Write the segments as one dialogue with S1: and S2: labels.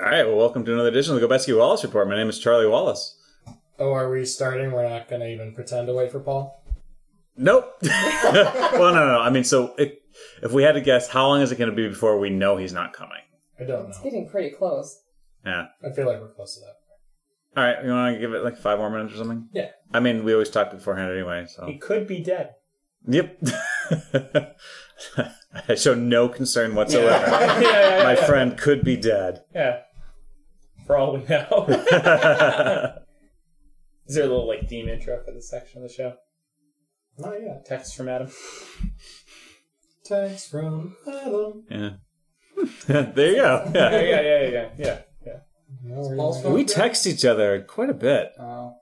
S1: All right. Well, welcome to another edition of the Gobetzky Wallace Report. My name is Charlie Wallace.
S2: Oh, are we starting? We're not going to even pretend to wait for Paul.
S1: Nope. well, no, no, no. I mean, so it, if we had to guess, how long is it going to be before we know he's not coming?
S2: I don't
S3: It's
S2: know.
S3: getting pretty close.
S1: Yeah.
S2: I feel like we're close to that.
S1: All right. You want to give it like five more minutes or something?
S2: Yeah.
S1: I mean, we always talk beforehand anyway.
S2: He
S4: Oh.
S1: So.
S2: could be dead.
S1: Yep. I show no concern whatsoever.
S2: yeah, yeah,
S1: My friend could be dead.
S2: yeah. For all we know.
S1: yeah.
S4: Is there a little like theme intro for this section of the show?
S2: Not yet.
S4: Text from Adam.
S2: Text from Adam.
S1: there you go. Yeah.
S4: yeah, yeah, yeah, yeah, yeah, yeah.
S2: Paul's
S1: We text each other quite a bit.
S2: Oh.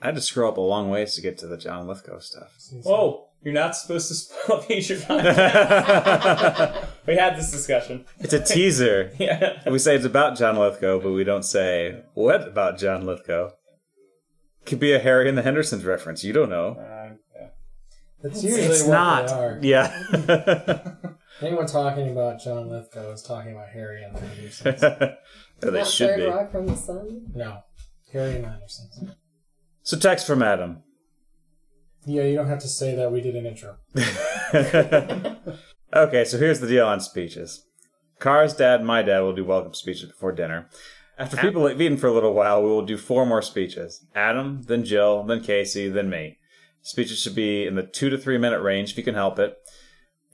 S1: I had to scroll up a long ways to get to the John Lithgow stuff.
S4: Whoa, you're not supposed to spoil future content.
S1: it's
S4: we had this discussion.
S1: a teaser.
S4: Yeah.
S1: We say it's about John Lithgow, but we don't say what about John Lithgow. Could be a Harry and the Hendersons reference. You don't know.
S4: Uh, yeah.
S2: That's usually
S1: it's
S2: what
S1: not.
S2: they are.
S1: Yeah.
S2: Anyone talking about John Lithgow is talking about Harry and the Hendersons.
S1: Or they
S3: Not
S1: should
S3: third
S1: be.
S3: rock from the sun.
S2: no. Harry and the Hendersons.
S1: So text from Adam.
S2: Yeah, you don't have to say that we did an intro.
S1: okay, so here's the deal on speeches. Car's dad and my dad will do welcome speeches before dinner. After people have eaten for a little while, we will do four more speeches. Adam, then Jill, then Casey, then me. Speeches should be in the two to three minute range if you can help it.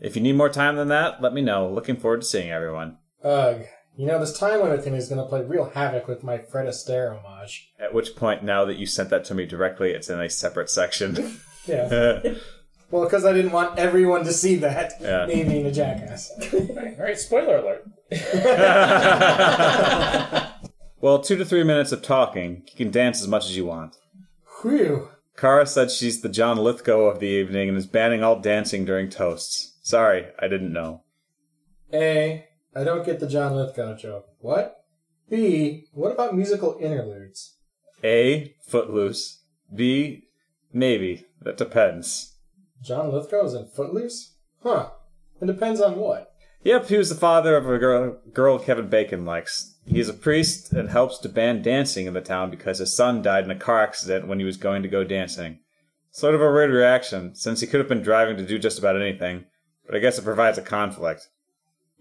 S1: If you need more time than that, let me know. Looking forward to seeing everyone.
S2: Ugh. You know, this time limit thing is going to play real havoc with my Fred Astaire homage.
S1: At which point, now that you sent that to me directly, it's in a separate section.
S2: Yeah.
S1: yeah,
S2: Well, because I didn't want everyone to see that.
S1: Yeah.
S2: Me being a jackass.
S4: All right, spoiler alert.
S1: well, two to three minutes of talking. You can dance as much as you want.
S2: Whew.
S1: Kara said she's the John Lithgow of the evening and is banning all dancing during toasts. Sorry, I didn't know.
S2: A. I don't get the John Lithgow joke. What? B. What about musical interludes?
S1: A. Footloose. B. Maybe. That depends.
S2: John Lithgow is in Footloose? Huh. It depends on what.
S1: Yep, he was the father of a girl, girl Kevin Bacon likes. He is a priest and helps to ban dancing in the town because his son died in a car accident when he was going to go dancing. Sort of a weird reaction, since he could have been driving to do just about anything, but I guess it provides a conflict.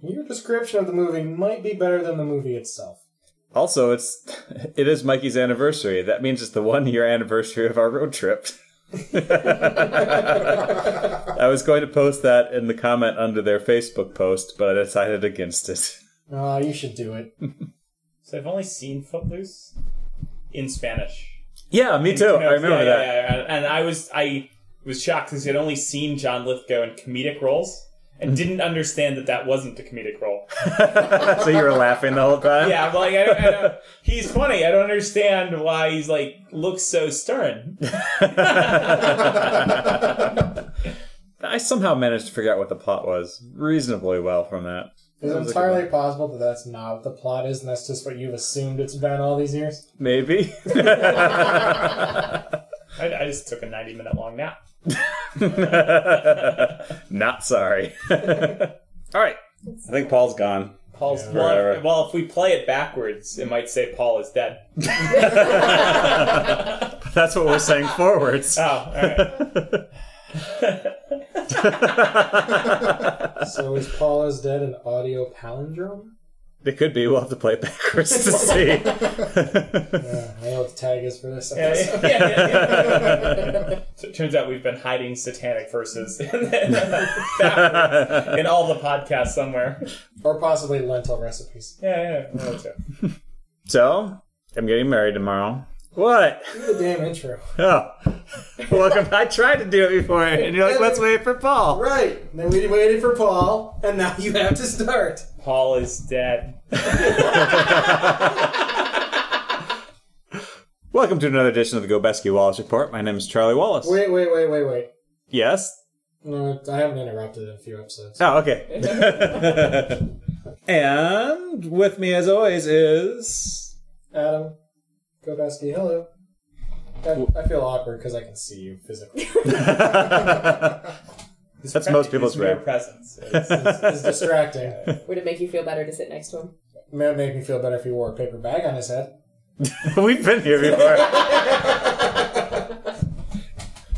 S2: Your description of the movie might be better than the movie itself.
S1: Also, it's it is Mikey's anniversary. That means it's the one year anniversary of our road trip. I was going to post that in the comment under their Facebook post, but I decided against it.
S2: Aw, you should do it.
S4: So I've only seen Footloose in Spanish.
S1: Yeah, me too. I remember
S4: Yeah,
S1: that.
S4: yeah, yeah. And I was I was shocked because I'd only seen John Lithgow in comedic roles and didn't understand that that wasn't the comedic role.
S1: so you were laughing the whole time.
S4: Yeah, I'm like I, don't- I, don't- he's funny. I don't understand why he's like looks so stern.
S1: I somehow managed to figure out what the plot was reasonably well from that.
S2: It's
S1: That was a good
S2: entirely
S1: one.
S2: possible that that's not what the plot is, and that's just what you've assumed it's been all these years.
S1: Maybe.
S4: I, I just took a 90 minute long nap.
S1: Not sorry. All right. I think Paul's gone.
S4: Paul's
S2: Yeah.
S4: well,
S1: Whatever.
S4: if, well, if we play it backwards, it might say Paul is dead.
S1: That's what we're saying forwards.
S4: Oh, all right.
S2: So is Paul is Dead an audio palindrome?
S1: It could be. We'll have to play it backwards to see.
S2: Yeah, Uh, I know what the tag is for this.
S4: Yeah,
S2: episode.
S4: yeah, yeah, yeah, yeah. so it turns out we've been hiding satanic verses in all the podcasts somewhere.
S2: Or possibly lentil recipes.
S4: Yeah, yeah, yeah. that's it.
S1: so, I'm getting married tomorrow. What?
S2: Do the damn intro.
S1: Oh. Welcome. I tried to do it before, and you're like, let's wait for Paul.
S2: Right. Then we waited for Paul, and now you have to start.
S4: Paul is dead.
S1: Welcome to another edition of the Gobeski Wallace Report. My name is Charlie Wallace.
S2: Wait, wait, wait, wait, wait.
S1: Yes?
S2: No, I haven't interrupted in a few episodes.
S1: Oh, okay. and with me, as always, is.
S2: Adam, go Gobeski, hello. I, I feel awkward because I can see you physically.
S4: His
S1: That's most people's
S4: his mere
S1: rap.
S4: presence. is-
S2: It's distracting.
S3: Would it make you feel better to sit next to him?
S2: It would make me feel better if he wore a paper bag on his head.
S1: We've been here before. A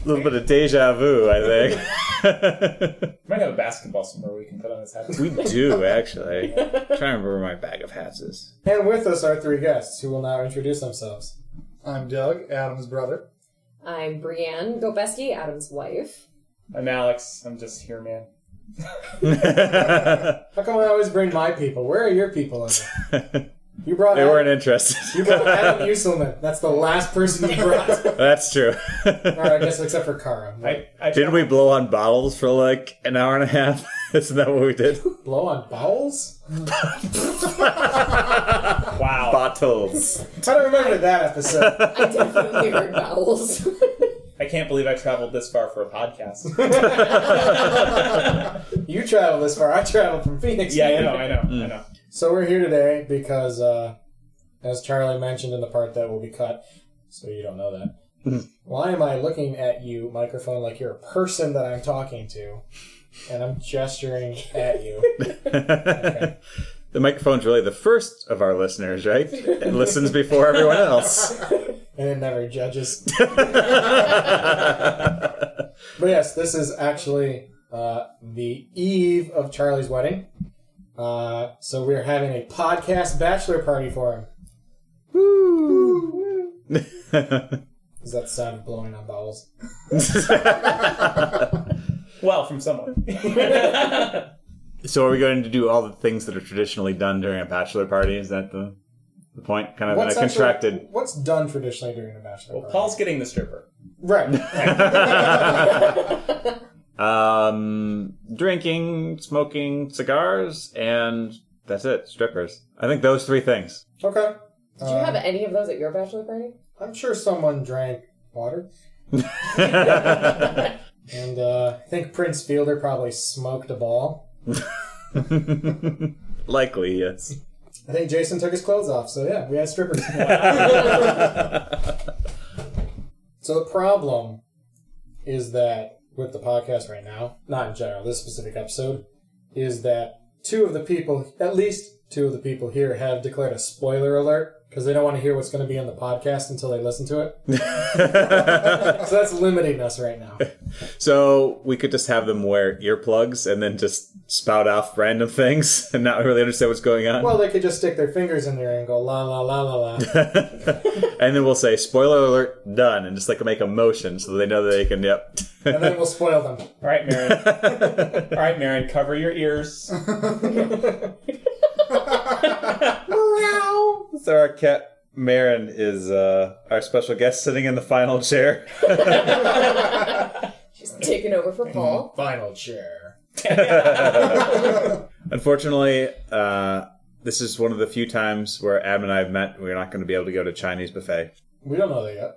S1: little bit of deja vu, I think.
S4: Might have a basketball somewhere we can put on his hat.
S1: we do, actually. I'm trying to remember where my bag of hats is.
S2: And with us are three guests who will now introduce themselves.
S3: I'm Doug, Adam's brother.
S5: I'm Brienne Gobeski, Adam's wife.
S4: I'm Alex. I'm just here, man.
S1: they
S2: How come I always bring my people? Where are your people? In? You brought Adam,
S1: weren't
S2: you brought Adam
S1: interested.
S2: Uselman. That's the last person you brought. All
S1: That's true.
S2: right, I guess except for Kara.
S4: I, I
S1: Didn't we blow on bottles for like an hour and a half? Isn't that what we did?
S2: Blow on bowels?
S4: Wow.
S1: Bottles.
S2: I don't remember that episode.
S5: I definitely heard vowels.
S4: I can't believe I traveled this far for a podcast.
S2: you travel this far. I traveled from Phoenix.
S4: yeah, I know, I know,
S1: Mm.
S4: I know.
S2: So we're here today because, uh, as Charlie mentioned in the part that will be cut, so you don't know that. Why am I looking at you, microphone, like you're a person that I'm talking to, and I'm gesturing at you?
S1: the microphone's really the first of our listeners, right? It listens before everyone else.
S2: and it never judges. but yes, this is actually uh, the eve of Charlie's wedding. Uh, so we're having a podcast bachelor party for him. Is that the sound of blowing on bowels?
S4: Well, from someone.
S1: so, are we going to do all the things that are traditionally done during a bachelor party? Is that the the point? Kind of in a
S2: actually-
S1: contracted.
S2: what's done traditionally during a bachelor party?
S4: Paul's getting the stripper.
S2: right.
S1: um, drinking, smoking, cigars, and that's it. Strippers. I think those three things.
S2: Okay.
S5: Did
S2: Uh,
S5: you have any of those at your bachelor party?
S2: I'm sure someone drank water. and uh, I think Prince Fielder probably smoked a ball.
S1: Likely, yes.
S2: I think Jason took his clothes off, so yeah, we had strippers. so the problem is that with the podcast right now, not in general, this specific episode, is that two of the people, at least two of the people here, have declared a spoiler alert because they don't want to hear what's going to be on the podcast until they listen to it. so that's limiting us right now.
S1: So we could just have them wear earplugs and then just spout off random things and not really understand what's going on.
S2: Well, they could just stick their fingers in there and go la la la la la.
S1: and then we'll say spoiler alert done and just like make a motion so they know that they can yep.
S2: and then we'll spoil them.
S4: All right, Marin. All right, Marin, cover your ears.
S1: so our cat Marin is uh, our special guest sitting in the final chair.
S5: She's taking over for Paul.
S2: Final chair.
S1: Unfortunately, uh, this is one of the few times where Adam and I have met. We're not going to be able to go to Chinese buffet.
S2: We don't know that yet.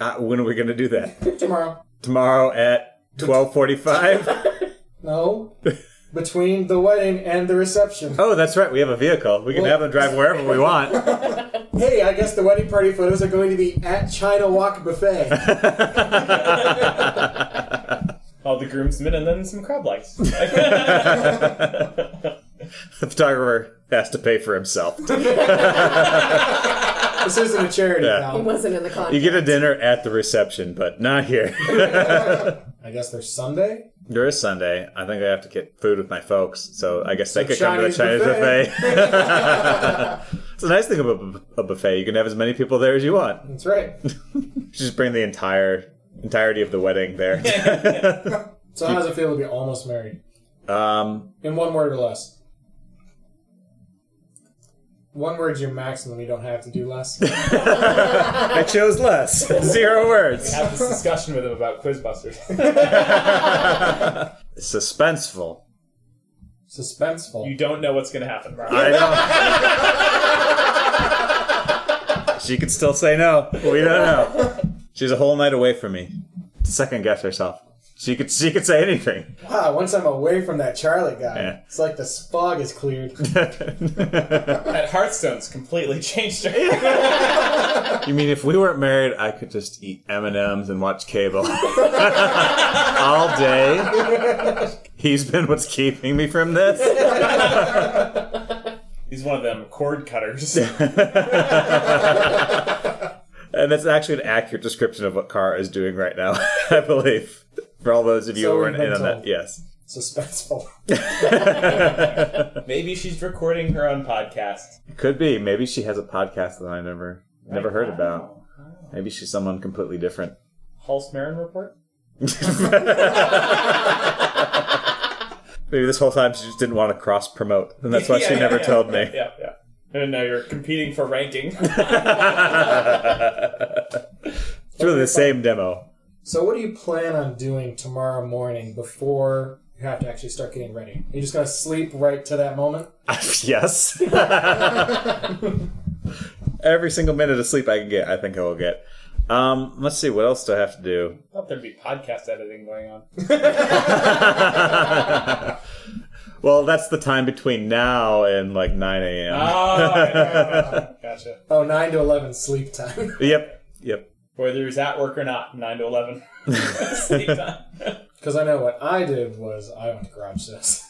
S1: Uh, when are we going to do that?
S2: Tomorrow.
S1: Tomorrow at twelve forty-five.
S2: No. Between the wedding and the reception.
S1: Oh, that's right. We have a vehicle. We can have them drive wherever we want.
S2: Hey, I guess the wedding party photos are going to be at China Walk Buffet.
S4: All the groomsmen and then some crab legs.
S1: The photographer has to pay for himself.
S2: This isn't a charity,
S1: Yeah.
S5: He
S2: pal.
S5: wasn't in the contract.
S1: You get a dinner at the reception, but not here.
S2: I guess there's Sunday.
S1: there is Sunday. I think I have to get food with my folks, so I guess they
S2: So
S1: could come to the Chinese
S2: Chinese
S1: buffet.
S2: buffet.
S1: it's a nice thing about a buffet. You can have as many people there as you want.
S2: That's right.
S1: Just bring the entire entirety of the wedding there.
S2: So how does it feel to be almost married?
S1: um,
S2: In one word or less. One word's your maximum. You don't have to do less.
S1: I chose less. Zero words.
S4: have this discussion with him about Quizbusters.
S1: Suspenseful.
S2: Suspenseful.
S4: you don't know what's going to happen tomorrow.
S1: I know. she could still say no. We don't know. She's a whole night away from me. To second guess herself. She could she could say anything.
S2: Wow, Ah, once I'm away from that Charlie guy,
S1: Yeah.
S2: it's like the fog is cleared.
S4: That Hearthstone's completely changed her.
S1: you mean if we weren't married, I could just eat M and M's and watch cable all day. He's been what's keeping me from this.
S4: He's one of them cord cutters.
S1: And that's actually an accurate description of what Kara is doing right now, I believe. For all those of you
S2: So
S1: who are
S2: we've
S1: in
S2: been
S1: on that,
S2: told.
S1: yes.
S2: Suspenseful.
S4: Maybe she's recording her own podcast.
S1: Could be. Maybe she has a podcast that I never never heard about. Maybe she's someone completely different.
S4: Hulse Marin report?
S1: Maybe this whole time she just didn't want to cross promote, and that's why she
S4: Yeah,
S1: never
S4: yeah,
S1: told
S4: yeah,
S1: me.
S4: Yeah, yeah. And now you're competing for ranking.
S1: It's really the same demo.
S2: So, what do you plan on doing tomorrow morning before you have to actually start getting ready? Are you just going to sleep right to that moment?
S1: yes. Every single minute of sleep I can get, I think I will get. Um, let's see, what else do I have to do?
S4: Thought there'd be podcast editing going on.
S1: Well, that's the time between now and like 9 a.m.
S5: Ah,
S4: Oh, gotcha.
S2: Oh, 9 to 11 sleep time.
S1: Yep, yep.
S4: Whether he's at work or not, nine to eleven sleep time.
S2: Because I know what I did was I went to garage sales.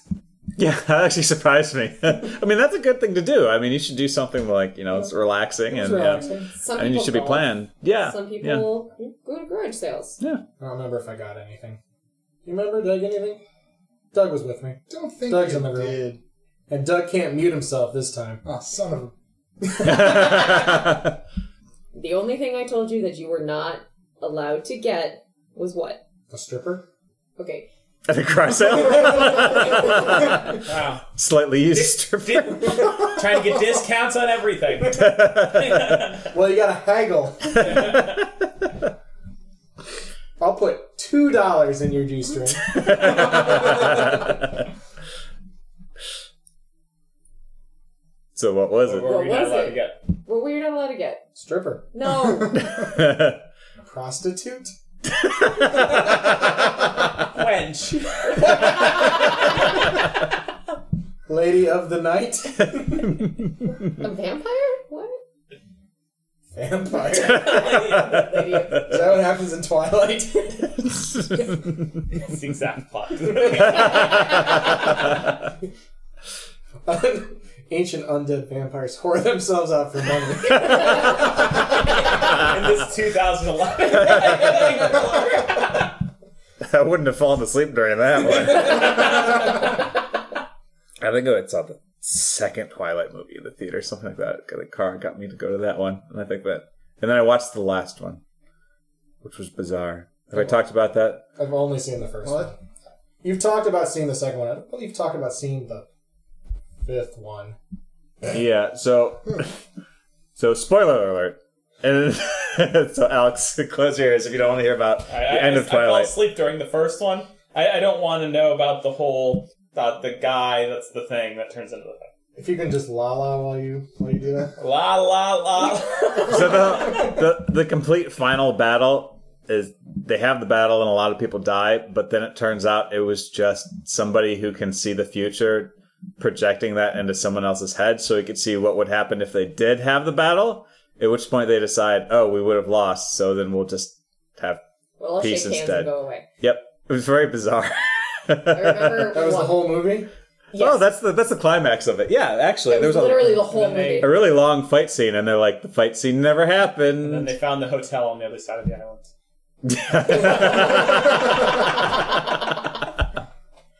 S1: Yeah, that actually surprised me. I mean, that's a good thing to do. I mean, you should do something like, you know, it's relaxing and, yeah.
S2: relaxing.
S5: Some
S1: and you
S5: people
S1: should be
S5: golf.
S1: planned. Yeah.
S5: Some
S1: yeah.
S5: people go to garage sales.
S2: I don't remember if I got anything. You remember? Did I get anything? Doug was with me.
S3: Don't think
S2: Doug's
S3: you
S2: in the room.
S3: did.
S2: And Doug can't mute himself this time.
S3: Oh, son of a.
S5: The only thing I told you that you were not allowed to get was what?
S2: A stripper?
S5: Okay.
S1: At the cry sale?
S4: Wow.
S1: Slightly used stripper.
S4: Did- trying to get discounts on everything.
S2: Well, you gotta haggle. I'll put $2 in your G string.
S1: so what was it?
S4: What were we
S5: What
S4: not
S5: was
S4: allowed
S5: it?
S4: to get?
S5: What were you not allowed to get?
S2: Stripper.
S5: No.
S2: Prostitute?
S4: Wench.
S2: Lady of the night?
S5: a vampire? What?
S2: Vampire. Is
S5: Lady of-
S2: that what happens in Twilight?
S4: It's the exact plot.
S2: Ancient undead vampires whore themselves out for money.
S4: in this 2011.
S1: I wouldn't have fallen asleep during that one. I think I saw the second Twilight movie in the theater, something like that. The car got me to go to that one, and I think that. And then I watched the last one, which was bizarre. Have I talked about that?
S2: I've only seen the first one.
S3: What?
S2: You've talked about seeing the second one. I don't believe you've talked about seeing the fifth one.
S1: Yeah. So, so spoiler alert. And so, Alex, close your ears if you don't want to hear about
S4: I,
S1: the
S4: I,
S1: end
S4: I,
S1: of Twilight.
S4: fell asleep during the first one. I, I don't want to know about the whole uh, the guy that's the thing that turns into the thing.
S2: If you can just la la while you while you do that.
S4: La la la.
S1: so the, the the complete final battle is they have the battle and a lot of people die, but then it turns out it was just somebody who can see the future projecting that into someone else's head so he could see what would happen if they did have the battle. At which point they decide, oh, we would have lost, so then we'll just have
S5: Well, I'll
S1: Peace
S5: shake hands
S1: instead.
S5: and go away.
S1: Yep. It was very bizarre.
S5: I remember
S2: That was the
S5: one.
S2: whole movie?
S5: Yes.
S1: Oh, that's the that's the climax of it. Yeah, actually,
S5: It
S1: there
S5: was
S1: was
S5: literally
S1: a,
S5: the whole
S4: And then they-
S5: movie.
S1: a really long fight scene, and they're like, the fight scene never happened.
S4: and they found the hotel on the other side of the island.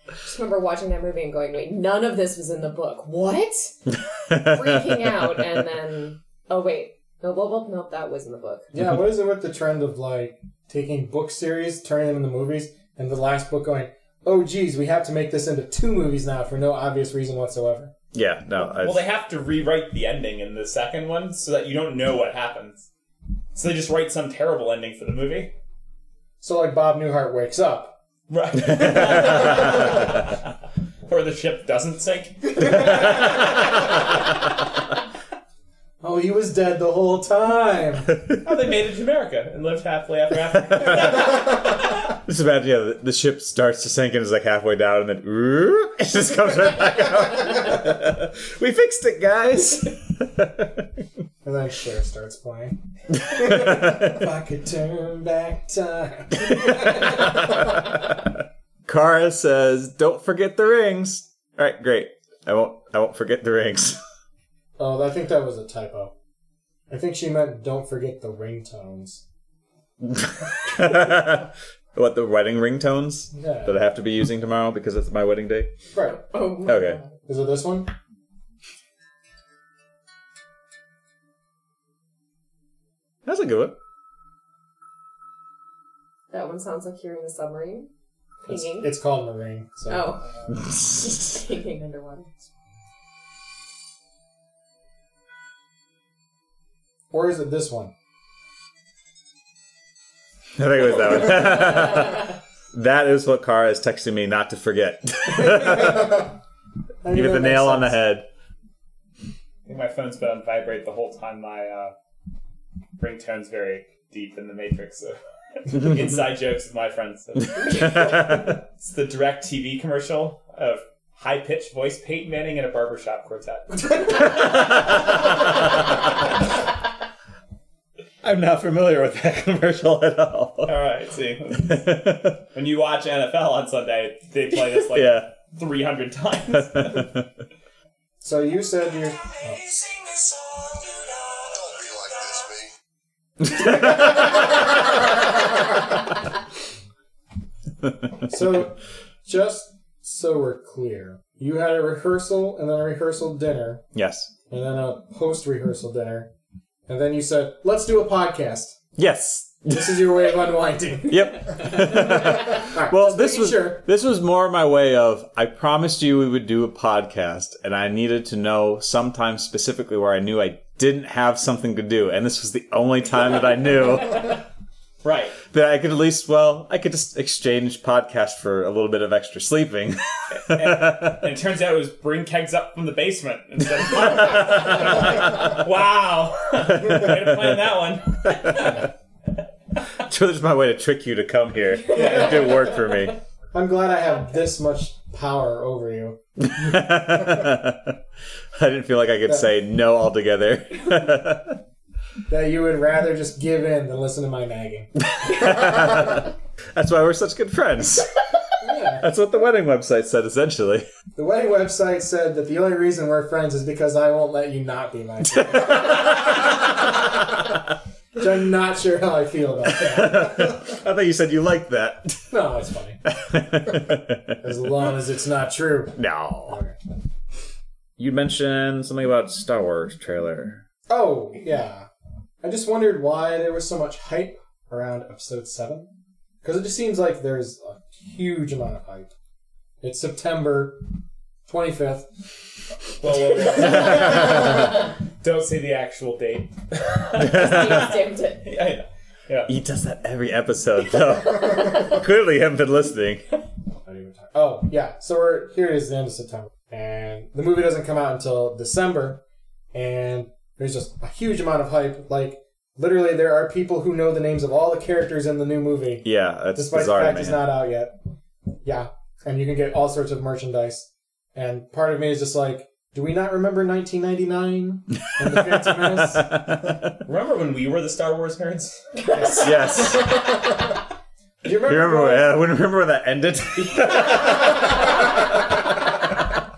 S5: just remember watching that movie and going, wait, none of this was in the book. What? Freaking out. And then, oh, wait. No, well, well, nope, that was in the book.
S2: Yeah, what is it with the trend of like taking book series, turning them into movies, and the last book going, oh geez, we have to make this into two movies now for no obvious reason whatsoever.
S1: yeah, no. I-
S4: Well, they have to rewrite the ending in the second one so that you don't know what happens. So they just write some terrible ending for the movie.
S2: So like Bob Newhart wakes up.
S4: Right. or the ship doesn't sink.
S2: Oh, he was dead the whole time.
S4: Oh, they made it to America and lived happily ever after.
S1: Just imagine, yeah, the, the ship starts to sink and is like halfway down, and then "Oop," it just comes right back up. we fixed it, guys.
S2: and then Cher starts playing. if I could turn back time.
S1: Kara says, "Don't forget the rings." All right, great. I won't. I won't forget the rings.
S2: Oh, I think that was a typo. I think she meant don't forget the ringtones.
S1: what the wedding ringtones
S2: Yeah.
S1: that I have to be using tomorrow because it's my wedding day?
S2: Right.
S5: Oh, my
S1: Okay.
S5: God.
S2: Is it this one?
S1: That's a good one.
S5: That one sounds like you're in a submarine.
S2: It's,
S5: Pinging.
S2: it's called Marine. So.
S5: oh, pinging underwater.
S2: Or is it this one?
S1: I think it was that one. that is what Kara is texting me not to forget.
S2: I
S1: Give it
S2: think
S1: the
S2: that makes
S1: nail on the
S2: sense.
S1: head.
S4: I think my phone's been on vibrate the whole time. My uh, ringtone's very deep in the matrix of inside jokes with my friends. It's the direct TV commercial of high pitched voice Peyton Manning and a barbershop quartet.
S1: I'm not familiar with that commercial at all.
S4: All right, see. When you watch NFL on Sunday, they play this like
S1: yeah.
S4: 300 times.
S2: So you said you're. Oh.
S6: Don't be like this, B.
S2: So, just so we're clear, you had a rehearsal and then a rehearsal dinner
S1: yes.
S2: and then a post rehearsal dinner. And then you said, let's do a podcast.
S1: Yes.
S2: This is your way of unwinding.
S1: Yep.
S2: All right,
S1: well,
S2: just
S1: this
S2: making
S1: was
S2: Sure.
S1: this was more my way of I promised you we would do a podcast, and I needed to know sometime specifically where I knew I didn't have something to do, and this was the only time that I knew
S4: right.
S1: that I could at least well I could just exchange podcast for a little bit of extra sleeping.
S4: And it turns out it was bring kegs up from the basement instead of podcasts. wow. Way to plan that one.
S1: so this is my way to trick you to come here. It did work for me.
S2: I'm glad I have this much power over you.
S1: I didn't feel like I could say no altogether.
S2: That you would rather just give in than listen to my nagging.
S1: That's why we're such good friends.
S2: Yeah.
S1: That's what the wedding website said essentially.
S2: The wedding website said that the only reason we're friends is because I won't let you not be my friend. Which I'm not sure how I feel about that.
S1: I thought you said you liked that.
S2: No, it's funny. As long as it's not true.
S1: No.
S2: Okay.
S1: You mentioned something about Star Wars trailer.
S2: Oh, yeah. I just wondered why there was so much hype around episode 7. Because it just seems like there's a huge amount of hype. It's September 25th.
S4: Whoa, whoa, whoa. Don't say the actual date.
S5: Just stamped it.
S4: Yeah, yeah.
S1: He does that every episode, though. Clearly, you haven't been listening.
S2: Not even time. Oh, yeah. So we're here it is the end of September. And the movie doesn't come out until December. And there's just a huge amount of hype. Like, literally, there are people who know the names of all the characters in the new movie.
S1: Yeah, that's
S2: despite
S1: bizarre.
S2: the fact
S1: to
S2: it's
S1: me.
S2: not out yet. Yeah, and you can get all sorts of merchandise. And part of me is just like, do we not remember 1999 and the Phantom Menace?
S4: Remember when we were the Star Wars nerds?
S1: yes.
S2: Do you
S1: You
S2: remember?
S1: remember, uh, when- remember when that ended?
S2: do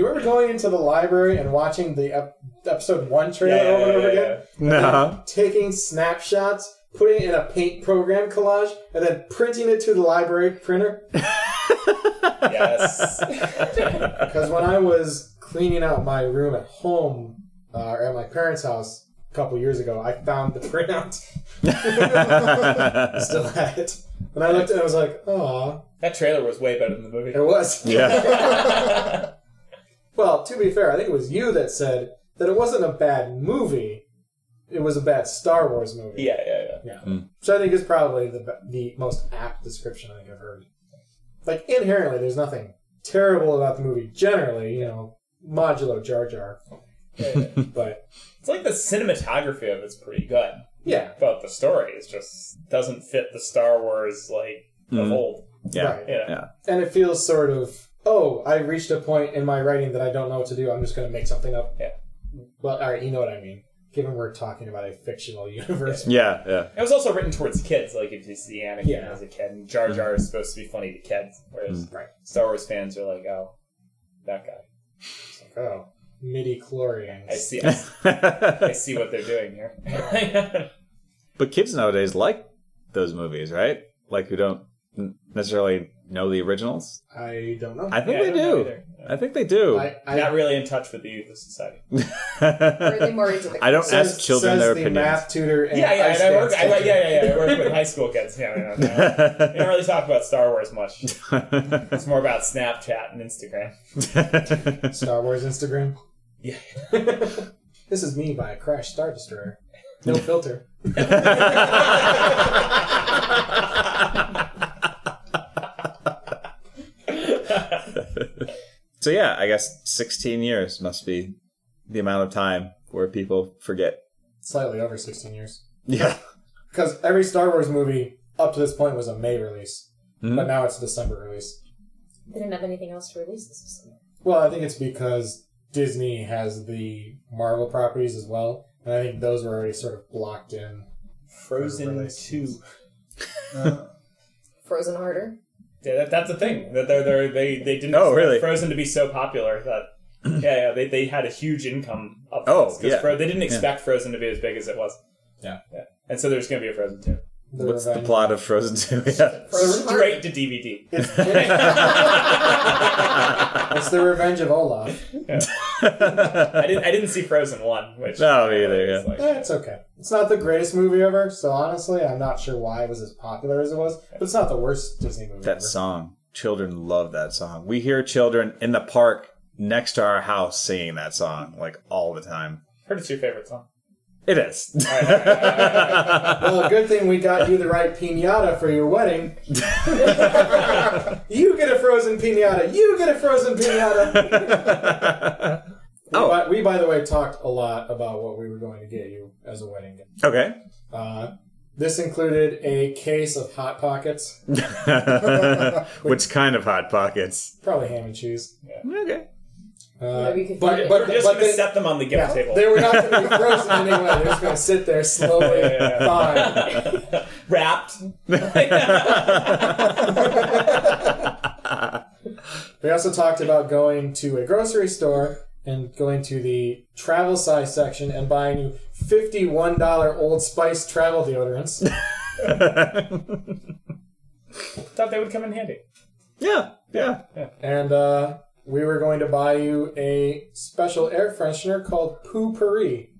S2: you remember going into the library and watching the ep- episode one trailer
S4: Yeah, yeah,
S2: over and over
S4: yeah,
S2: again,
S1: no.
S2: taking snapshots, putting it in a paint program collage, and then printing it to the library printer?
S4: Yes.
S2: Because when I was cleaning out my room at home uh, or at my parents' house a couple years ago, I found the printout. still had it. And I looked at it, I was like, aw,
S4: that trailer was way better than the movie.
S2: it was.
S1: yeah.
S2: Well, to be fair, I think it was you that said that it wasn't a bad movie. It was a bad Star Wars movie.
S4: Yeah, yeah, yeah.
S2: Yeah. Which I think is probably the, be- the most apt description I think I've heard. Like, inherently, there's nothing terrible about the movie generally, you know, modulo Jar Jar. but,
S4: It's like the cinematography of it's pretty good,
S2: yeah.
S4: but the story is just doesn't fit the Star Wars like the
S1: Mhm.
S4: whole.
S1: Yeah.
S2: Right.
S4: Yeah.
S1: Yeah.
S2: And it feels sort of, oh, I reached a point in my writing that I don't know what to do. I'm just going to make something up.
S4: Yeah.
S2: Well, all right, you know what I mean. Given we're talking about a fictional universe.
S1: Yeah. Yeah.
S4: It was also written towards kids, like if you see Anakin
S2: Yeah.
S4: as a kid, and Jar Jar
S1: Mm-hmm.
S4: is supposed to be funny to kids, whereas
S2: Right.
S4: Star Wars fans are like, oh, that guy.
S2: It's like, oh, midi chlorians.
S4: I see. I, I
S1: but
S4: see what they're doing here.
S1: kids nowadays like those movies, right? Like who don't n- necessarily know the originals.
S2: I don't know.
S1: I think
S4: Yeah,
S1: they
S4: don't know
S1: do.
S4: either.
S1: I think they do.
S2: I, I,
S4: not really in touch with the youth of society.
S5: Or are they more into the
S1: I don't
S2: says-
S1: ask children
S2: says
S1: their
S2: the
S1: opinions.
S2: math tutor. And
S4: Yeah, yeah,
S2: ice
S4: and I work,
S2: dance
S4: I, work-
S2: teacher.
S4: yeah, yeah, yeah. I work with high school kids. Yeah, yeah, yeah. They don't really talk about Star Wars much. It's more about Snapchat and Instagram.
S2: Star Wars Instagram.
S4: Yeah.
S2: This is me by a crashed Star Destroyer. No filter.
S1: so yeah, I guess 16 years must be the amount of time where people forget.
S2: Slightly over 16 years.
S1: Yeah.
S2: Because every Star Wars movie up to this point was a May release,
S1: Mhm.
S2: but now it's a December release.
S5: They didn't have anything else to release this summer.
S2: Well, I think it's because Disney has the Marvel properties as well, and I think those were already sort of blocked in.
S4: Frozen
S2: Relations.
S4: Two.
S3: Uh,
S5: Frozen harder.
S4: Yeah, that, that's the thing. That they're, they're, they they didn't
S1: Oh,
S4: expect
S1: really?
S4: Frozen to be so popular that yeah, yeah they, they had a huge income up.
S1: Oh,
S4: this, 'cause
S1: yeah.
S4: Fro- they didn't expect Frozen to be as big as it was.
S2: Yeah.
S4: yeah. And so there's going to be a Frozen two,
S2: The
S1: What's the
S2: Revenge-
S1: plot of Frozen 2? Yeah.
S5: Frozen
S4: straight to DVD.
S2: It's, it's the Revenge of Olaf.
S4: I didn't I didn't see Frozen one, which
S1: No, me either,
S4: it's
S1: yeah.
S4: like-
S2: Eh, it's okay. It's not the greatest movie ever, so honestly, I'm not sure why it was as popular as it was. But it's not the worst Disney movie
S1: That
S2: ever.
S1: song. Children love that song. We hear children in the park next to our house singing that song like all the time.
S4: heard it's your favorite song.
S1: It is.
S2: Well, good thing we got you the right pinata for your wedding. you get a frozen pinata. You get a frozen pinata.
S1: Oh.
S2: But we, by the way, talked a lot about what we were going to get you as a wedding gift.
S1: okay.
S2: Uh, this included a case of Hot Pockets,
S1: Which kind of hot pockets?
S2: probably ham and cheese.
S1: Okay.
S2: Uh,
S5: Maybe we could
S2: but
S5: find it.
S2: but,
S4: We're just
S2: but
S4: going to
S2: they,
S4: set them on the gift
S2: yeah,
S4: table.
S2: they were not going to be frozen anyway. They're just going to sit there slowly.
S4: Yeah, yeah, yeah.
S2: thawing.
S4: Wrapped.
S2: We also talked about going to a grocery store and going to the travel size section and buying you $51 Old Spice travel deodorants.
S4: Thought they would come in handy.
S1: Yeah. Yeah.
S2: and uh, we were going to buy you a special air freshener called Poo Pourri.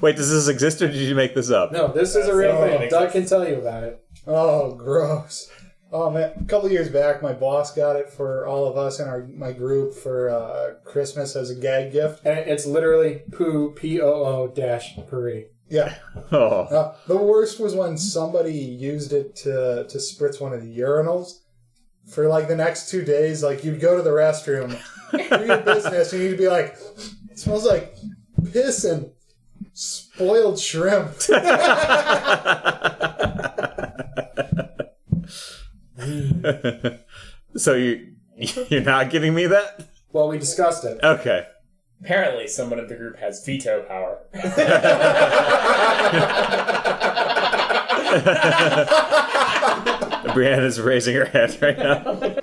S1: Wait, does this exist or did you make this up?
S2: No, this is a real
S4: That's-
S2: thing. Doug can tell you about it.
S3: oh, gross. Oh man, a couple years back, my boss got it for all of us in our my group for uh, Christmas as a gag gift.
S2: And it's literally Poo, P O O dash Pourri.
S3: Yeah,
S1: Oh.
S3: Uh, the worst was when somebody used it to to spritz one of the urinals. For like the next two days, like you'd go to the restroom, do your business, and you'd be like, "It smells like piss and spoiled shrimp."
S1: so you you're not giving me that?
S2: Well, we discussed it.
S1: Okay.
S4: Apparently, someone in the group has veto power.
S1: Brianna's raising her hand right now.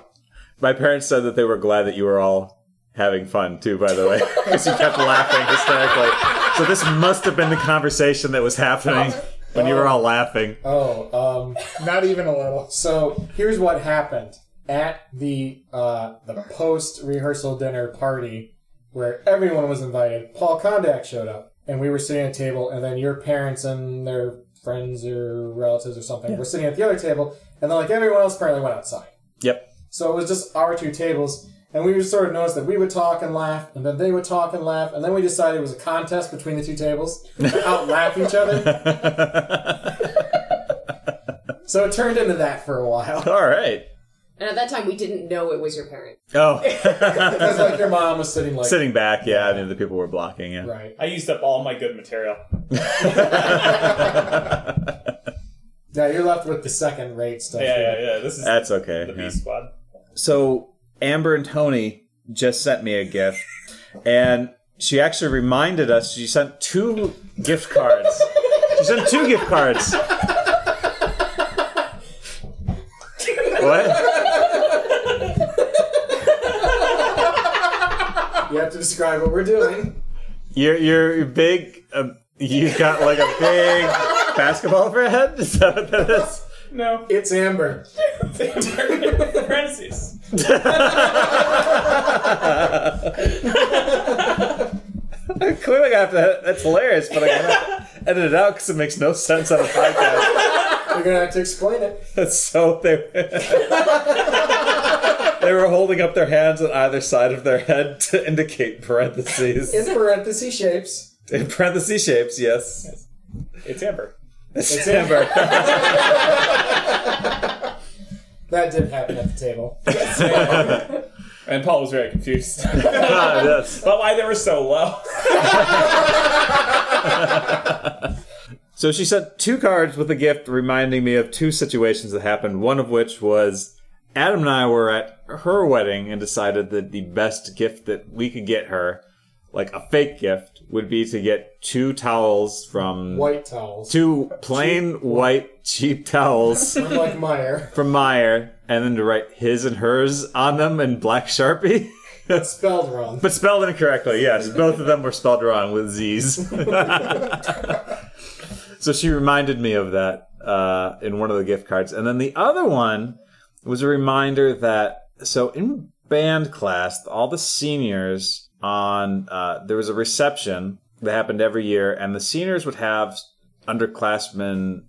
S1: My parents said that they were glad that you were all having fun too, by the way, because you kept laughing hysterically. So this must have been the conversation that was happening when you were all laughing.
S2: Oh, um,
S3: Not even a little.
S2: So here's what happened at the uh, the post rehearsal dinner party where everyone was invited. Paul Kondak showed up, and we were sitting at a table, and then your parents and their friends or relatives or something were sitting at the other table, and then like everyone else apparently went outside.
S1: Yep.
S2: So it was just our two tables, and we just sort of noticed that we would talk and laugh, and then they would talk and laugh, and then we decided it was a contest between the two tables to out laugh each other. So it turned into that for a while.
S1: All right.
S5: And at that time, we didn't know it was your parent.
S1: Oh,
S2: Because like your mom was sitting like
S1: sitting back. Yeah, I mean the people were blocking. Yeah.
S2: right.
S4: I used up all my good material.
S2: Now you're left with the second rate stuff.
S4: Yeah, yeah, yeah. This is
S1: That's
S4: the
S1: okay.
S4: B
S1: yeah.
S4: squad.
S1: So Amber and Tony just sent me a gift, and she actually reminded us. She sent two gift cards. She sent two gift cards. what?
S2: You have to describe what we're doing.
S1: You're you're big. Uh, you've got like a big basketball for a head. Is that what that is?
S4: No.
S2: It's Amber.
S4: Francis.
S1: I'm clearly gonna have to. That's hilarious, but I'm gonna have to edit it out because it makes no sense on a podcast.
S2: You're gonna have to explain it.
S1: That's so they. They were holding up their hands on either side of their head to indicate parentheses.
S2: In parentheses shapes.
S1: In parentheses shapes, yes.
S4: It's Amber.
S1: It's Amber.
S2: That did happen at the table.
S4: And Paul was very confused
S1: God, yes.
S4: about why they were so low.
S1: So she sent two cards with a gift reminding me of two situations that happened, one of which was Adam and I were at her wedding and decided that the best gift that we could get her, like a fake gift, would be to get two towels from
S2: White towels.
S1: two plain white cheap towels
S2: I'm like Meyer.
S1: from Meyer and then to write his and hers on them in black sharpie.
S2: Spelled wrong.
S1: But spelled incorrectly, yes. Both of them were spelled wrong with Z's. so she reminded me of that uh, in one of the gift cards. And then the other one was a reminder that, so in band class, all the seniors on, uh, there was a reception that happened every year, and the seniors would have underclassmen,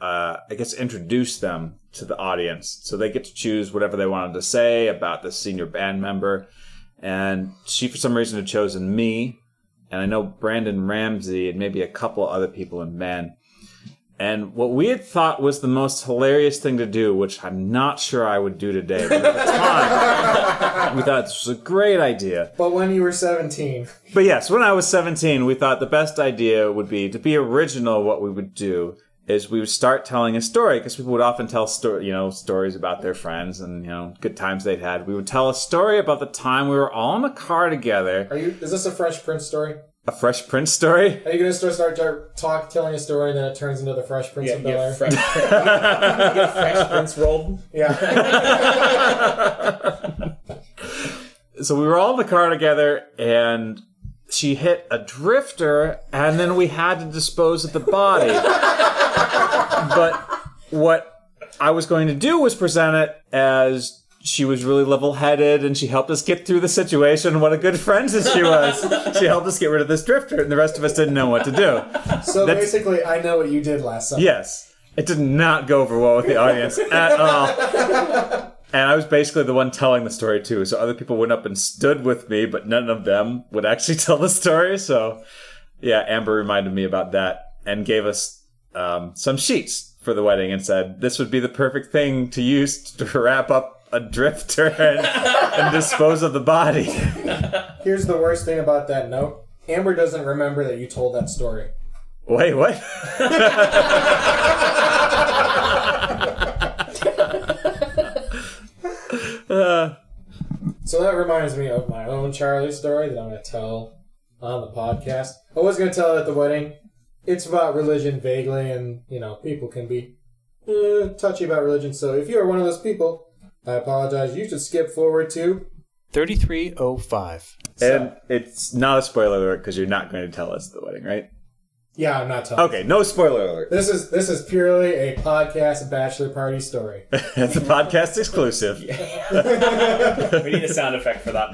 S1: uh, I guess, introduce them to the audience. So they get to choose whatever they wanted to say about the senior band member and she for some reason had chosen me and i know brandon ramsey and maybe a couple other people in band and what we had thought was the most hilarious thing to do which i'm not sure i would do today but at the time we thought this was a great idea
S2: But when you were 17,
S1: but yes, when I was 17, we thought the best idea would be to be original. What we would do is we would start telling a story because people would often tell story, you know, stories about their friends and you know good times they'd had. We would tell a story about the time we were all in a car together.
S2: are you? Is this a Fresh Prince story?
S1: A Fresh Prince story.
S2: Are you gonna start start tar- talk telling a story and then it turns into the Fresh Prince
S4: Yeah,
S2: of
S4: you
S2: Bel Air?
S4: get fresh, get fresh Prince rolled.
S2: yeah.
S1: So we were all in the car together and. She hit a drifter, and then we had to dispose of the body. but what I was going to do was present it as she was really level headed and she helped us get through the situation. What a good friend that she was. she helped us get rid of this drifter, and the rest of us didn't know what to do.
S2: So
S1: That's-
S2: basically, I know what you did last summer.
S1: Yes, it did not go over well with the audience at all. And I was basically the one telling the story too. So other people went up and stood with me, but none of them would actually tell the story. So yeah, Amber reminded me about that and gave us um, some sheets for the wedding and said this would be the perfect thing to use to wrap up a drifter and, and dispose of the body.
S2: Here's the worst thing about that note: Amber doesn't remember that you told that story.
S1: Wait, what?
S2: So that reminds me of my own Charlie story that I'm going to tell on the podcast. I was going to tell it at the wedding. It's about religion vaguely, and you know, people can be eh, touchy about religion. So if you are one of those people, I apologize. You should skip forward to
S6: 3305.
S1: And it's not a spoiler alert because you're not going to tell us the wedding, right?
S2: yeah, I'm not telling.
S1: Okay, no spoiler alert.
S2: This is this is purely a podcast bachelor party story.
S1: It's a podcast exclusive.
S4: We need a sound effect for that.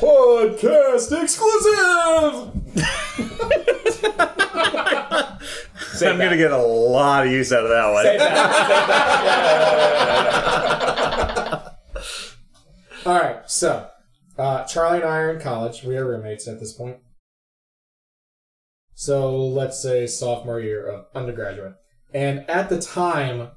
S2: podcast exclusive.
S1: I'm going to get a lot of use out of that one.
S2: All right, so uh, Charlie and I are in college. We are roommates at this point. So let's say sophomore year of undergraduate, and at the time,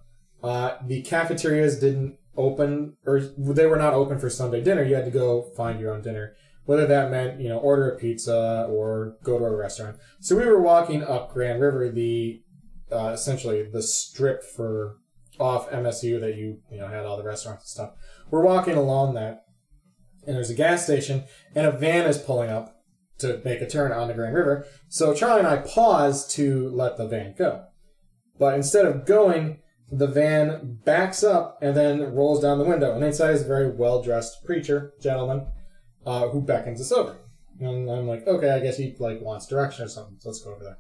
S2: uh, the cafeterias didn't open, or they were not open for Sunday dinner. You had to go find your own dinner, whether that meant you know order a pizza or go to a restaurant. So we were walking up Grand River, the uh, essentially the strip for off MSU that you you know had all the restaurants and stuff. We're walking along that, and there's a gas station, and a van is pulling up to make a turn on the Grand River. So Charlie and I pause to let the van go, but instead of going, the van backs up and then rolls down the window, and inside is a very well dressed preacher gentleman. uh, who beckons us over. And I'm like, okay, I guess he like wants direction or something. So let's go over there.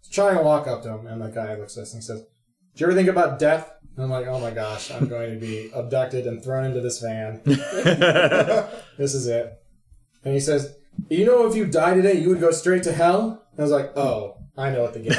S2: So trying to walk up to him, and the guy looks at us and he says, "Do you ever think about death?" And I'm like, oh my gosh, I'm going to be abducted and thrown into this van. this is it. And he says, You know, if you die today, you would go straight to hell? And I was like, Oh, I know what the game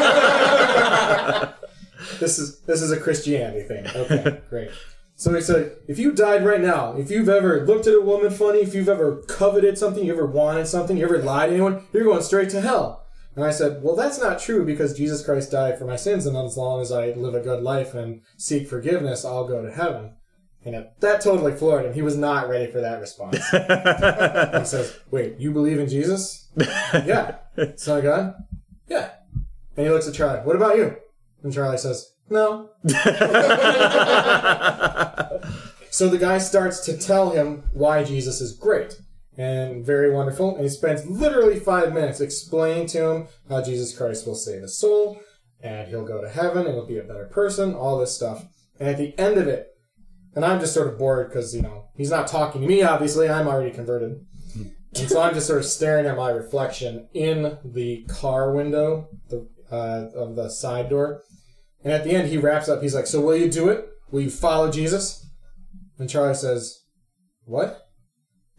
S2: is. this is this is a Christianity thing. Okay, great. So he said, if you died right now, if you've ever looked at a woman funny, if you've ever coveted something, you ever wanted something, you ever lied to anyone, you're going straight to hell. And I said, well, that's not true because Jesus Christ died for my sins, and as long as I live a good life and seek forgiveness, I'll go to heaven. And it, that totally floored him. He was not ready for that response. He says, Wait, you believe in Jesus? yeah. Son of God? Yeah. And he looks at Charlie, What about you? And Charlie says, No. So the guy starts to tell him why Jesus is great and very wonderful, and he spends literally five minutes explaining to him how Jesus Christ will save his soul, and he'll go to heaven, and he'll be a better person, all this stuff. And at the end of it, and I'm just sort of bored because, you know, he's not talking to me, obviously, I'm already converted. And so I'm just sort of staring at my reflection in the car window the, uh, of the side door. And at the end, he wraps up. He's like, So will you do it? Will you follow Jesus? And Charlie says, What?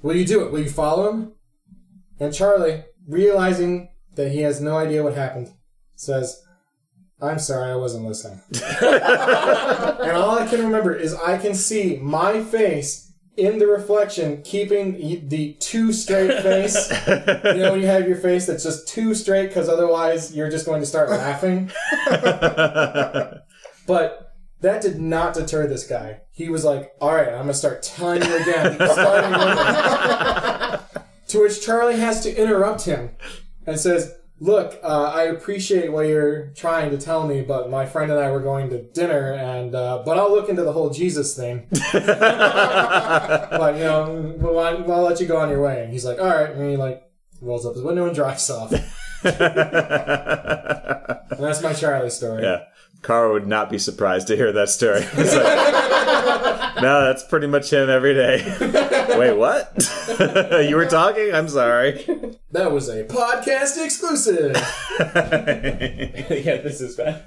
S2: Will you do it? Will you follow him? And Charlie, realizing that he has no idea what happened, says, I'm sorry, I wasn't listening. and all I can remember is I can see my face in the reflection, keeping the two straight face. you know, when you have your face that's just too straight, because otherwise you're just going to start laughing. But that did not deter this guy. He was like, all right, I'm going to start telling you again. starting over." to which Charlie has to interrupt him and says, look, uh, I appreciate what you're trying to tell me, but my friend and I were going to dinner, and uh, but I'll look into the whole Jesus thing. but, you know, we'll, I'll let you go on your way. And he's like, all right. And he, like, rolls up his window and drives off. and that's my Charlie story.
S1: Yeah. Carl would not be surprised to hear that story. It's like, no, that's pretty much him every day. Wait, what? you were talking? I'm sorry.
S2: That was a podcast exclusive.
S4: yeah, this is bad.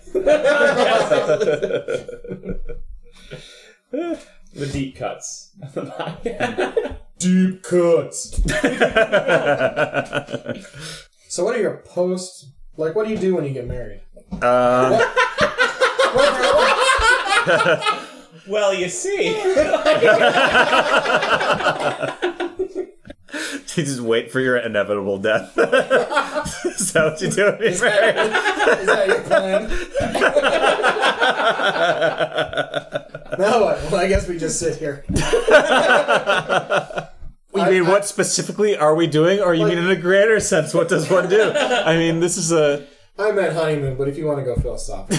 S4: the deep cuts.
S2: Deep cuts. So, what are your posts like? What do you do when you get married?
S1: Uh,
S4: well, you see.
S1: you just wait for your inevitable death. Is that what you do? when you're married?
S2: Is that your plan? now what? Well, I guess we just sit here.
S1: You mean what specifically are we doing, or you mean in a greater sense, what does one do? I mean, this is a
S2: I meant honeymoon, but if you want to go philosophical,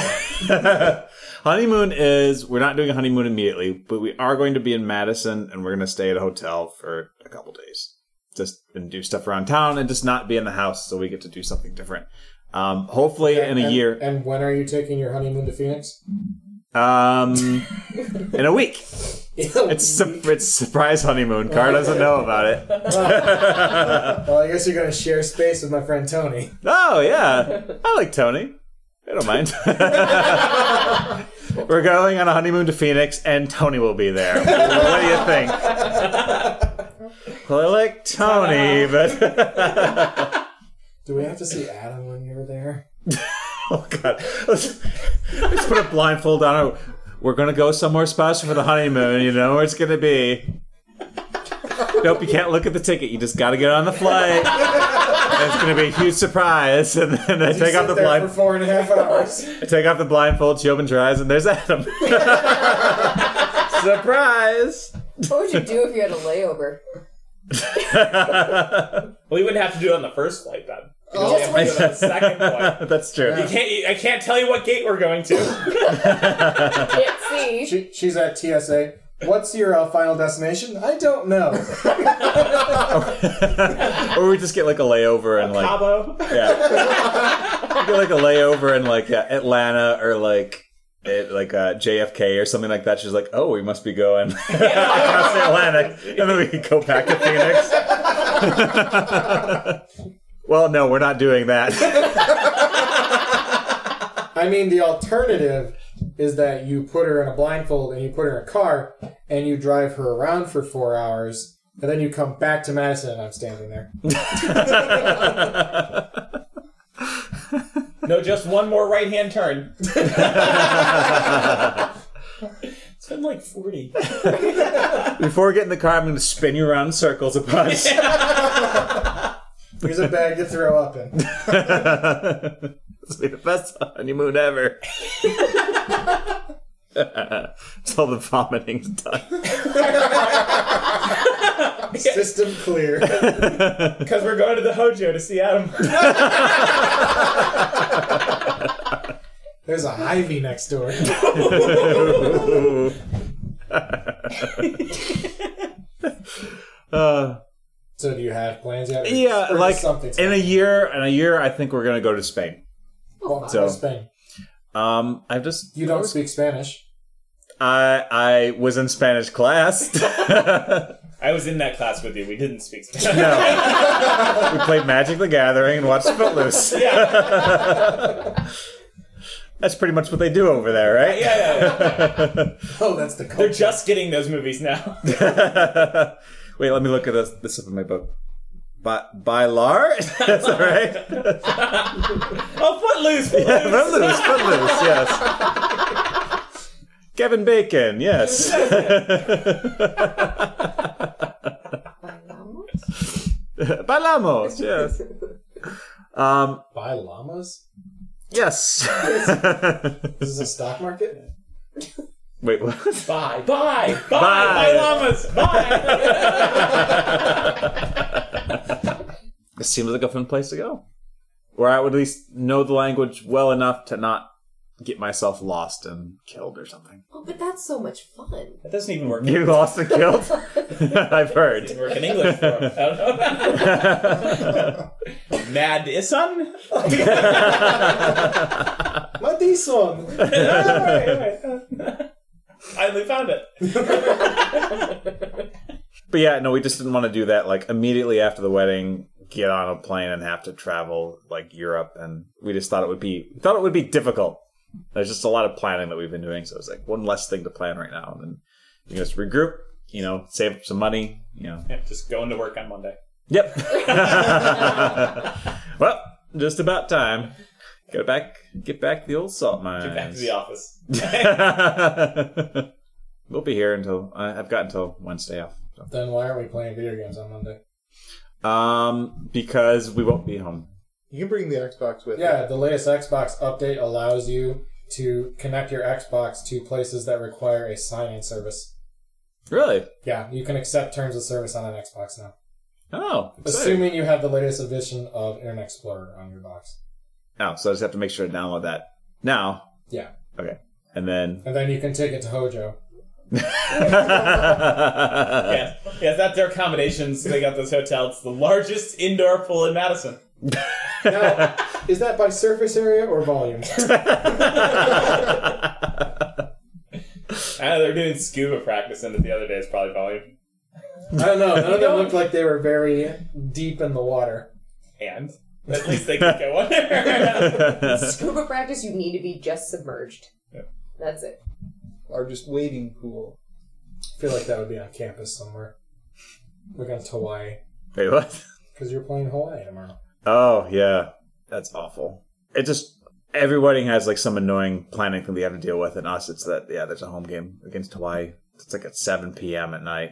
S1: honeymoon. Is we're not doing a honeymoon immediately, but we are going to be in Madison, and we're going to stay at a hotel for a couple days, just and do stuff around town, and just not be in the house, so we get to do something different. Um, hopefully, in a
S2: And-
S1: year,
S2: And when are you taking your honeymoon to Phoenix?
S1: um, in a week. It's su- it's surprise honeymoon. Car doesn't know about it.
S2: well, I guess you're gonna share space with my friend Tony.
S1: Oh yeah, I like Tony. I don't mind. We're going on a honeymoon to Phoenix, and Tony will be there. What do you think? Well, I like Tony, but
S2: Do we have to see Adam Uh, when you're there?
S1: oh god, let's, let's put a blindfold on. We're gonna go somewhere special for the honeymoon. You know where it's gonna be. Nope, you can't look at the ticket. You just gotta get on the flight. And it's gonna be a huge surprise, and then they take
S2: You
S1: off
S2: sit
S1: the
S2: there
S1: blind.
S2: for four and a half hours.
S1: I take off the blindfold, she opens her eyes, and there's Adam. Surprise!
S5: What would you do if you had a layover?
S4: Well, you wouldn't have to do it on the first flight then.
S3: Oh,
S5: Just
S3: my
S5: wait.
S4: But on the second flight.
S1: That's true.
S4: You can't, I can't tell you what gate we're going to.
S5: Can't see.
S2: She, she's at TSA. What's your uh, final destination? I don't know.
S1: Or we just get like a layover and like
S4: Cabo.
S1: yeah, we get like a layover in like uh, Atlanta or like at like uh, JFK or something like that. She's like, "Oh, we must be going across the Atlantic, and then we can go back to Phoenix." well, no, we're not doing that.
S2: I mean, the alternative is that you put her in a blindfold and you put her in a car and you drive her around for four hours and then you come back to Madison and I'm standing there.
S4: No, just one more right hand turn. it's been like 40.
S1: Before we get in the car, I'm going to spin you around in circles a bunch.
S2: Here's a bag to throw up in.
S1: this will be the best honeymoon ever. it's all the vomiting's done.
S2: System clear.
S4: Because we're going to the Hojo to see Adam.
S2: There's a Ivy next door.
S1: uh,
S2: So do you have plans yet? Or
S1: yeah,
S2: or is
S1: like
S2: something's
S1: in a year, in a year, I think we're going to go to Spain.
S2: Well,
S1: So-
S2: Spain.
S1: Um, I've just
S2: You don't speak Spanish.
S1: I I was in Spanish class. no,
S4: I was in that class with you. We didn't speak Spanish.
S1: we played Magic the Gathering and watched Footloose. That's pretty much what they do over there, right?
S4: Yeah, yeah, yeah.
S2: Oh, that's the
S4: They're
S2: culture.
S4: just getting those movies now.
S1: Wait, let me look at this. This is in my book. By, by Lar? That's all right.
S4: oh, Footloose! Footloose.
S1: Footloose, Footloose, yes. Kevin Bacon, yes. Bailamos, yes. Um,
S2: Buy llamas?
S1: yes.
S2: This is a stock market?
S1: Wait, what?
S4: Bye, bye, bye,
S1: Bye.
S4: bye, llamas, bye.
S1: This seems like a fun place to go. Where I would at least know the language well enough to not get myself lost and killed or something.
S5: Oh, but that's so much fun.
S4: that doesn't even work.
S1: You lost and killed? I've heard.
S4: Doesn't work in English. For, I don't know. Mad son.
S2: My D song.
S4: Finally found it.
S1: But yeah, no, we just didn't want to do that. Like immediately after the wedding, get on a plane and have to travel like Europe, and we just thought it would be we thought it would be difficult. There's just a lot of planning that we've been doing, so it's like one less thing to plan right now, and then you can just regroup. You know, save up some money. You know,
S4: Yeah, just going to work on Monday.
S1: yep. well, just about time. Go back, get back to the old salt mines.
S4: Back to the office.
S1: we'll be here until I I've got until Wednesday off. so.
S2: Then why aren't we playing video games on Monday?
S1: Um, because we won't be home.
S3: You can bring the Xbox with
S2: Yeah, the latest Xbox update allows you to connect your Xbox to places that require a sign in service.
S1: Really?
S2: Yeah, you can accept terms of service on an Xbox now.
S1: Oh, exciting.
S2: Assuming you have the latest edition of Internet Explorer on your box.
S1: Oh, so I just have to make sure to download that now.
S2: Yeah.
S1: Okay, and then.
S2: And then you can take it to Hojo.
S1: yeah.
S4: Yeah, yeah, that's their accommodations. They got this hotel. It's the largest indoor pool in Madison.
S2: Now, is that by surface area or volume?
S4: I know they're doing scuba practice in it the other day. It's probably volume.
S2: I don't know. None of them looked like they were very deep in the water.
S4: And at least they could go under.
S5: Scuba practice, you need to be just submerged. That's it.
S3: it. Or just waiting pool.
S2: I feel like that would be on campus somewhere. We're going to Hawaii
S1: Wait, what?
S2: because you're playing Hawaii tomorrow.
S1: Oh, yeah. That's awful. It just every wedding has like some annoying planning thing they have to deal with, and us, it's that yeah, there's a home game against Hawaii. It's like at 7 p.m. at night.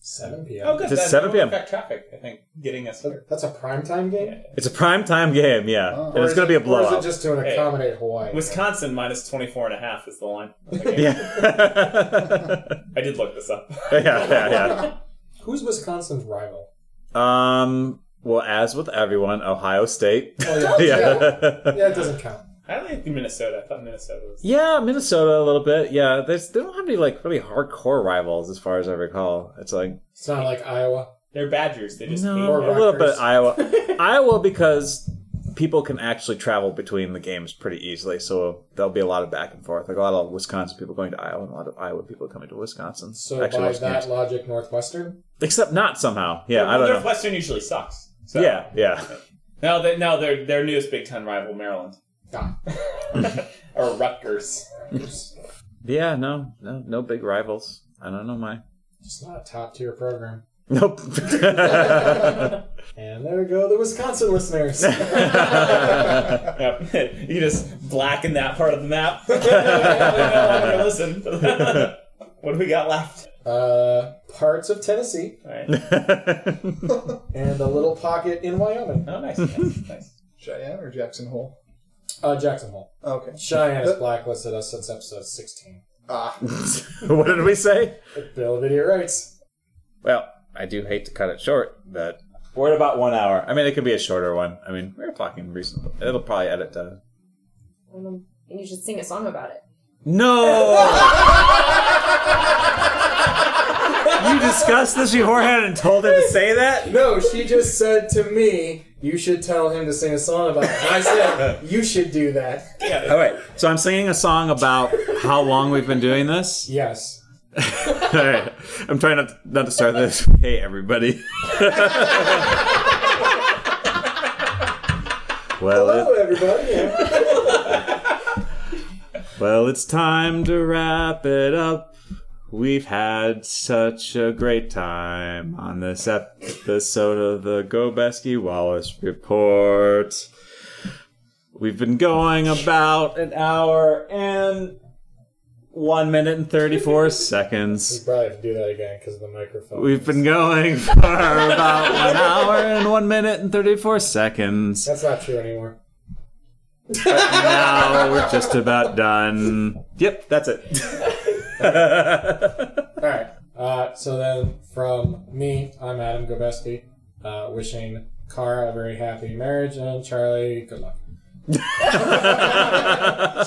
S2: 7 p.m.
S4: oh, good.
S1: It's
S4: that-
S1: 7 p.m.
S4: Back traffic. I think getting us here.
S2: That's a primetime game?
S1: It's a prime time game, yeah, and it's gonna be a
S2: Oh. Or
S1: blowout.
S2: is it just to
S4: Hey.
S2: accommodate Hawaii?
S4: Wisconsin minus 24 and a half is the line.
S1: yeah.
S4: I did look this up.
S1: yeah, yeah, yeah.
S2: Who's Wisconsin's rival?
S1: Um. Well, as with everyone, Ohio State.
S2: Oh, yeah.
S1: yeah.
S2: Yeah, it doesn't count.
S4: I like Minnesota. I thought Minnesota was.
S1: Yeah, Minnesota a little bit. Yeah, there's, they don't have any like really hardcore rivals, as far as I recall. It's like
S2: It's not like Iowa.
S4: They're Badgers. They just
S1: no,
S4: hate
S2: Or
S1: a little bit
S2: Rutgers.
S1: Iowa, Iowa because people can actually travel between the games pretty easily, so there'll be a lot of back and forth. Like a lot of Wisconsin people going to Iowa, and a lot of Iowa people coming to Wisconsin.
S2: So
S1: Actually,
S2: by
S1: watch
S2: that
S1: games.
S2: logic, Northwestern.
S1: except not somehow. Yeah, I don't know.
S4: Northwestern usually sucks. So.
S1: Yeah, yeah.
S4: No, they, no, their their newest Big Ten rival, Maryland,
S2: Ah,
S4: or Rutgers.
S1: Yeah, no, no, no big rivals. I don't know my.
S2: just not a top tier program.
S1: Nope.
S2: And there go the Wisconsin listeners.
S4: Yep. you just blacken that part of the map. We no longer listen. what do we got left?
S2: uh, parts of Tennessee
S4: All right.
S2: and a little pocket in Wyoming.
S4: Oh, nice, nice, nice.
S3: Cheyenne or Jackson Hole?
S2: Uh, Jackson Hole.
S3: Okay.
S2: Cheyenne has blacklisted us since episode 16.
S3: Ah,
S1: what did we say?
S2: Bill of Idiot Rights.
S1: Well, I do hate to cut it short, but we're at about one hour. I mean, it could be a shorter one. I mean, we were talking recently. It'll probably edit to.
S5: Um, And you should sing a song about it.
S1: No! you discussed this beforehand and told him to say that?
S2: No, she just said to me, you should tell him to sing a song about it. And I said, you should do that.
S1: All right, so I'm singing a song about how long we've been doing this.
S2: Yes.
S1: All right, I'm trying not to, not to start this. Hey, everybody. well, it,
S2: Hello, everybody.
S1: Well, it's time to wrap it up. We've had such a great time on this episode of the Gobeski Wallace Report. We've been going about an hour and one minute and 34
S2: We
S1: seconds.
S2: probably have to do that again because of the microphone.
S1: We've been going for about one hour and one minute and 34 seconds.
S2: That's not true anymore.
S1: Now we're just about done. Yep, that's it.
S2: All right. Uh, so then, from me, I'm Adam Gobeski, uh, wishing Cara a very happy marriage and Charlie good luck.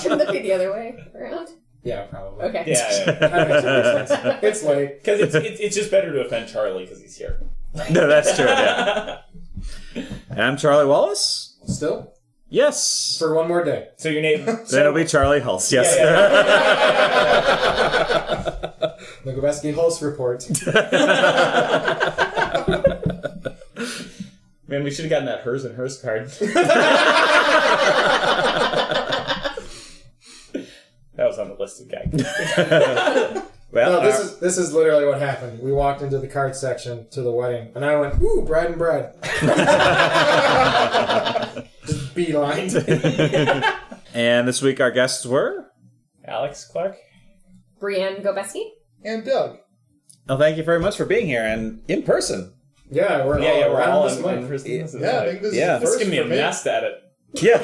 S5: Shouldn't it be the other way around?
S2: Yeah, probably.
S5: Okay.
S4: Yeah, yeah.
S2: That makes more sense. it's late.
S4: because it's, it's it's just better to offend Charlie because he's here.
S1: No, that's true. Yeah. and I'm Charlie Wallace.
S2: Still,
S1: Yes.
S2: for one more day.
S4: So your name?
S1: Then it'll be Charlie Hulse. Yes.
S2: The Gobeski Hulse report.
S4: Man, we should have gotten that hers and hers card. that was on the list of gags.
S1: well,
S2: No, this
S1: uh,
S2: is this is literally what happened. We walked into the card section to the wedding, and I went, "Ooh, bride and bride." Just beeline.
S1: and this week our guests were.
S4: Alex Clark.
S5: Brienne Gobeski?
S3: and Doug.
S1: Well, thank you very much for being here and in person.
S2: Yeah, we're
S4: Yeah, yeah,
S2: all
S4: we're
S2: around
S4: all
S2: this
S4: in one
S2: month.
S4: person. This is
S3: Yeah, I
S4: like-
S3: think this
S1: Yeah.
S3: is the
S4: This
S3: first
S4: give me a
S3: for me.
S4: blast at it.
S1: Yeah.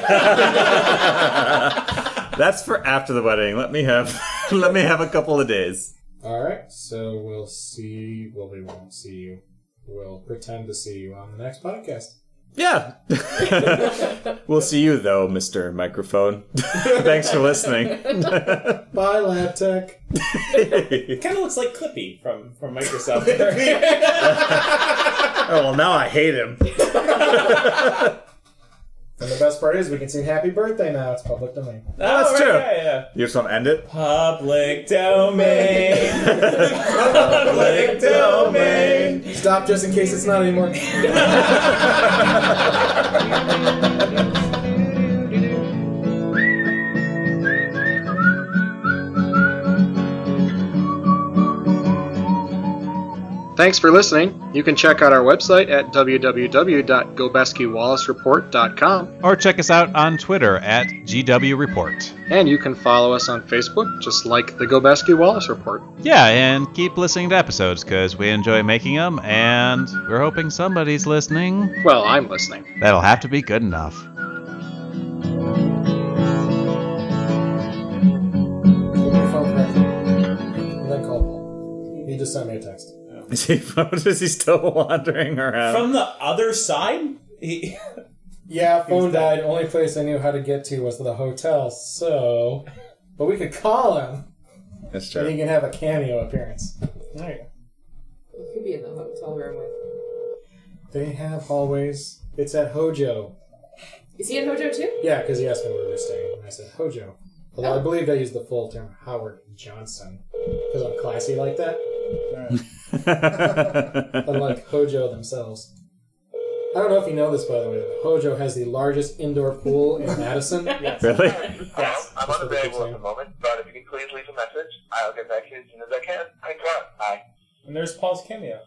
S1: that's for after the wedding. Let me have. Let me have a couple of days.
S2: All right, so we'll see. Well, we won't see you. We'll pretend to see you on the next podcast.
S1: Yeah. we'll see you though, Mister Microphone. Thanks for listening.
S2: Bye, Lab Tech.
S1: oh
S4: It kind of looks like Clippy from from Microsoft. Oh,
S1: Oh, well, now I hate him.
S2: And the best part is, we can sing "Happy Birthday" now. It's public domain.
S1: That's
S4: right,
S1: true.
S4: Yeah, yeah.
S1: You just want to end it.
S4: Public domain. Public domain.
S2: Stop just in case it's not anymore.
S7: Thanks for listening. You can check out our website at www.gobeskiwallacereport.com,
S8: or check us out on Twitter at GW Report.
S7: and you can follow us on Facebook, just like the Gobeski Wallace Report.
S8: Yeah, and keep listening to episodes because we enjoy making them, and we're hoping somebody's listening.
S7: Well, I'm listening.
S8: That'll have to be good enough.
S2: Put my phone back. And then call Paul. He just sent me a text.
S1: Is he, is he still wandering around?
S4: From the other side. He-
S2: Yeah, phone died. Only place I knew how to get to was the hotel, so. But we could call him,
S1: That's
S2: and he can have a cameo appearance.
S4: There you go.
S5: Could be in the hotel room with
S2: They have hallways. It's at Hojo.
S5: Is he in Hojo too?
S2: Yeah, because he asked me where we were staying, and I said Hojo. Although I believed I used the full term Howard Johnson because I'm classy like that, unlike Hojo themselves. I don't know if you know this, by the way, but Hojo has the largest indoor pool in Madison.
S4: Yes.
S1: really?
S9: Hello, I'm
S2: that's what
S9: unavailable
S2: they're
S9: at the moment, but if you can please leave a message, I'll get back to you as soon as I can. Thanks a lot. Bye.
S4: And there's Paul's cameo.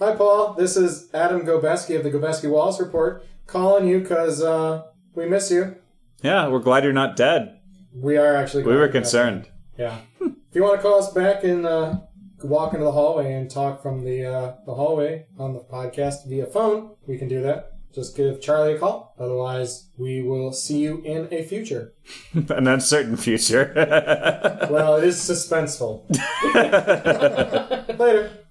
S2: Hi, Paul. This is Adam Gobeski of the Gobeski Wallace Report calling you because uh, we miss you.
S1: Yeah, we're glad you're not dead.
S2: We are actually.
S1: We were concerned.
S2: Yeah. if you want to call us back and uh, walk into the hallway and talk from the uh, the hallway on the podcast via phone, we can do that. Just give Charlie a call. Otherwise, we will see you in a future.
S1: An uncertain future.
S2: well, it is suspenseful. Later.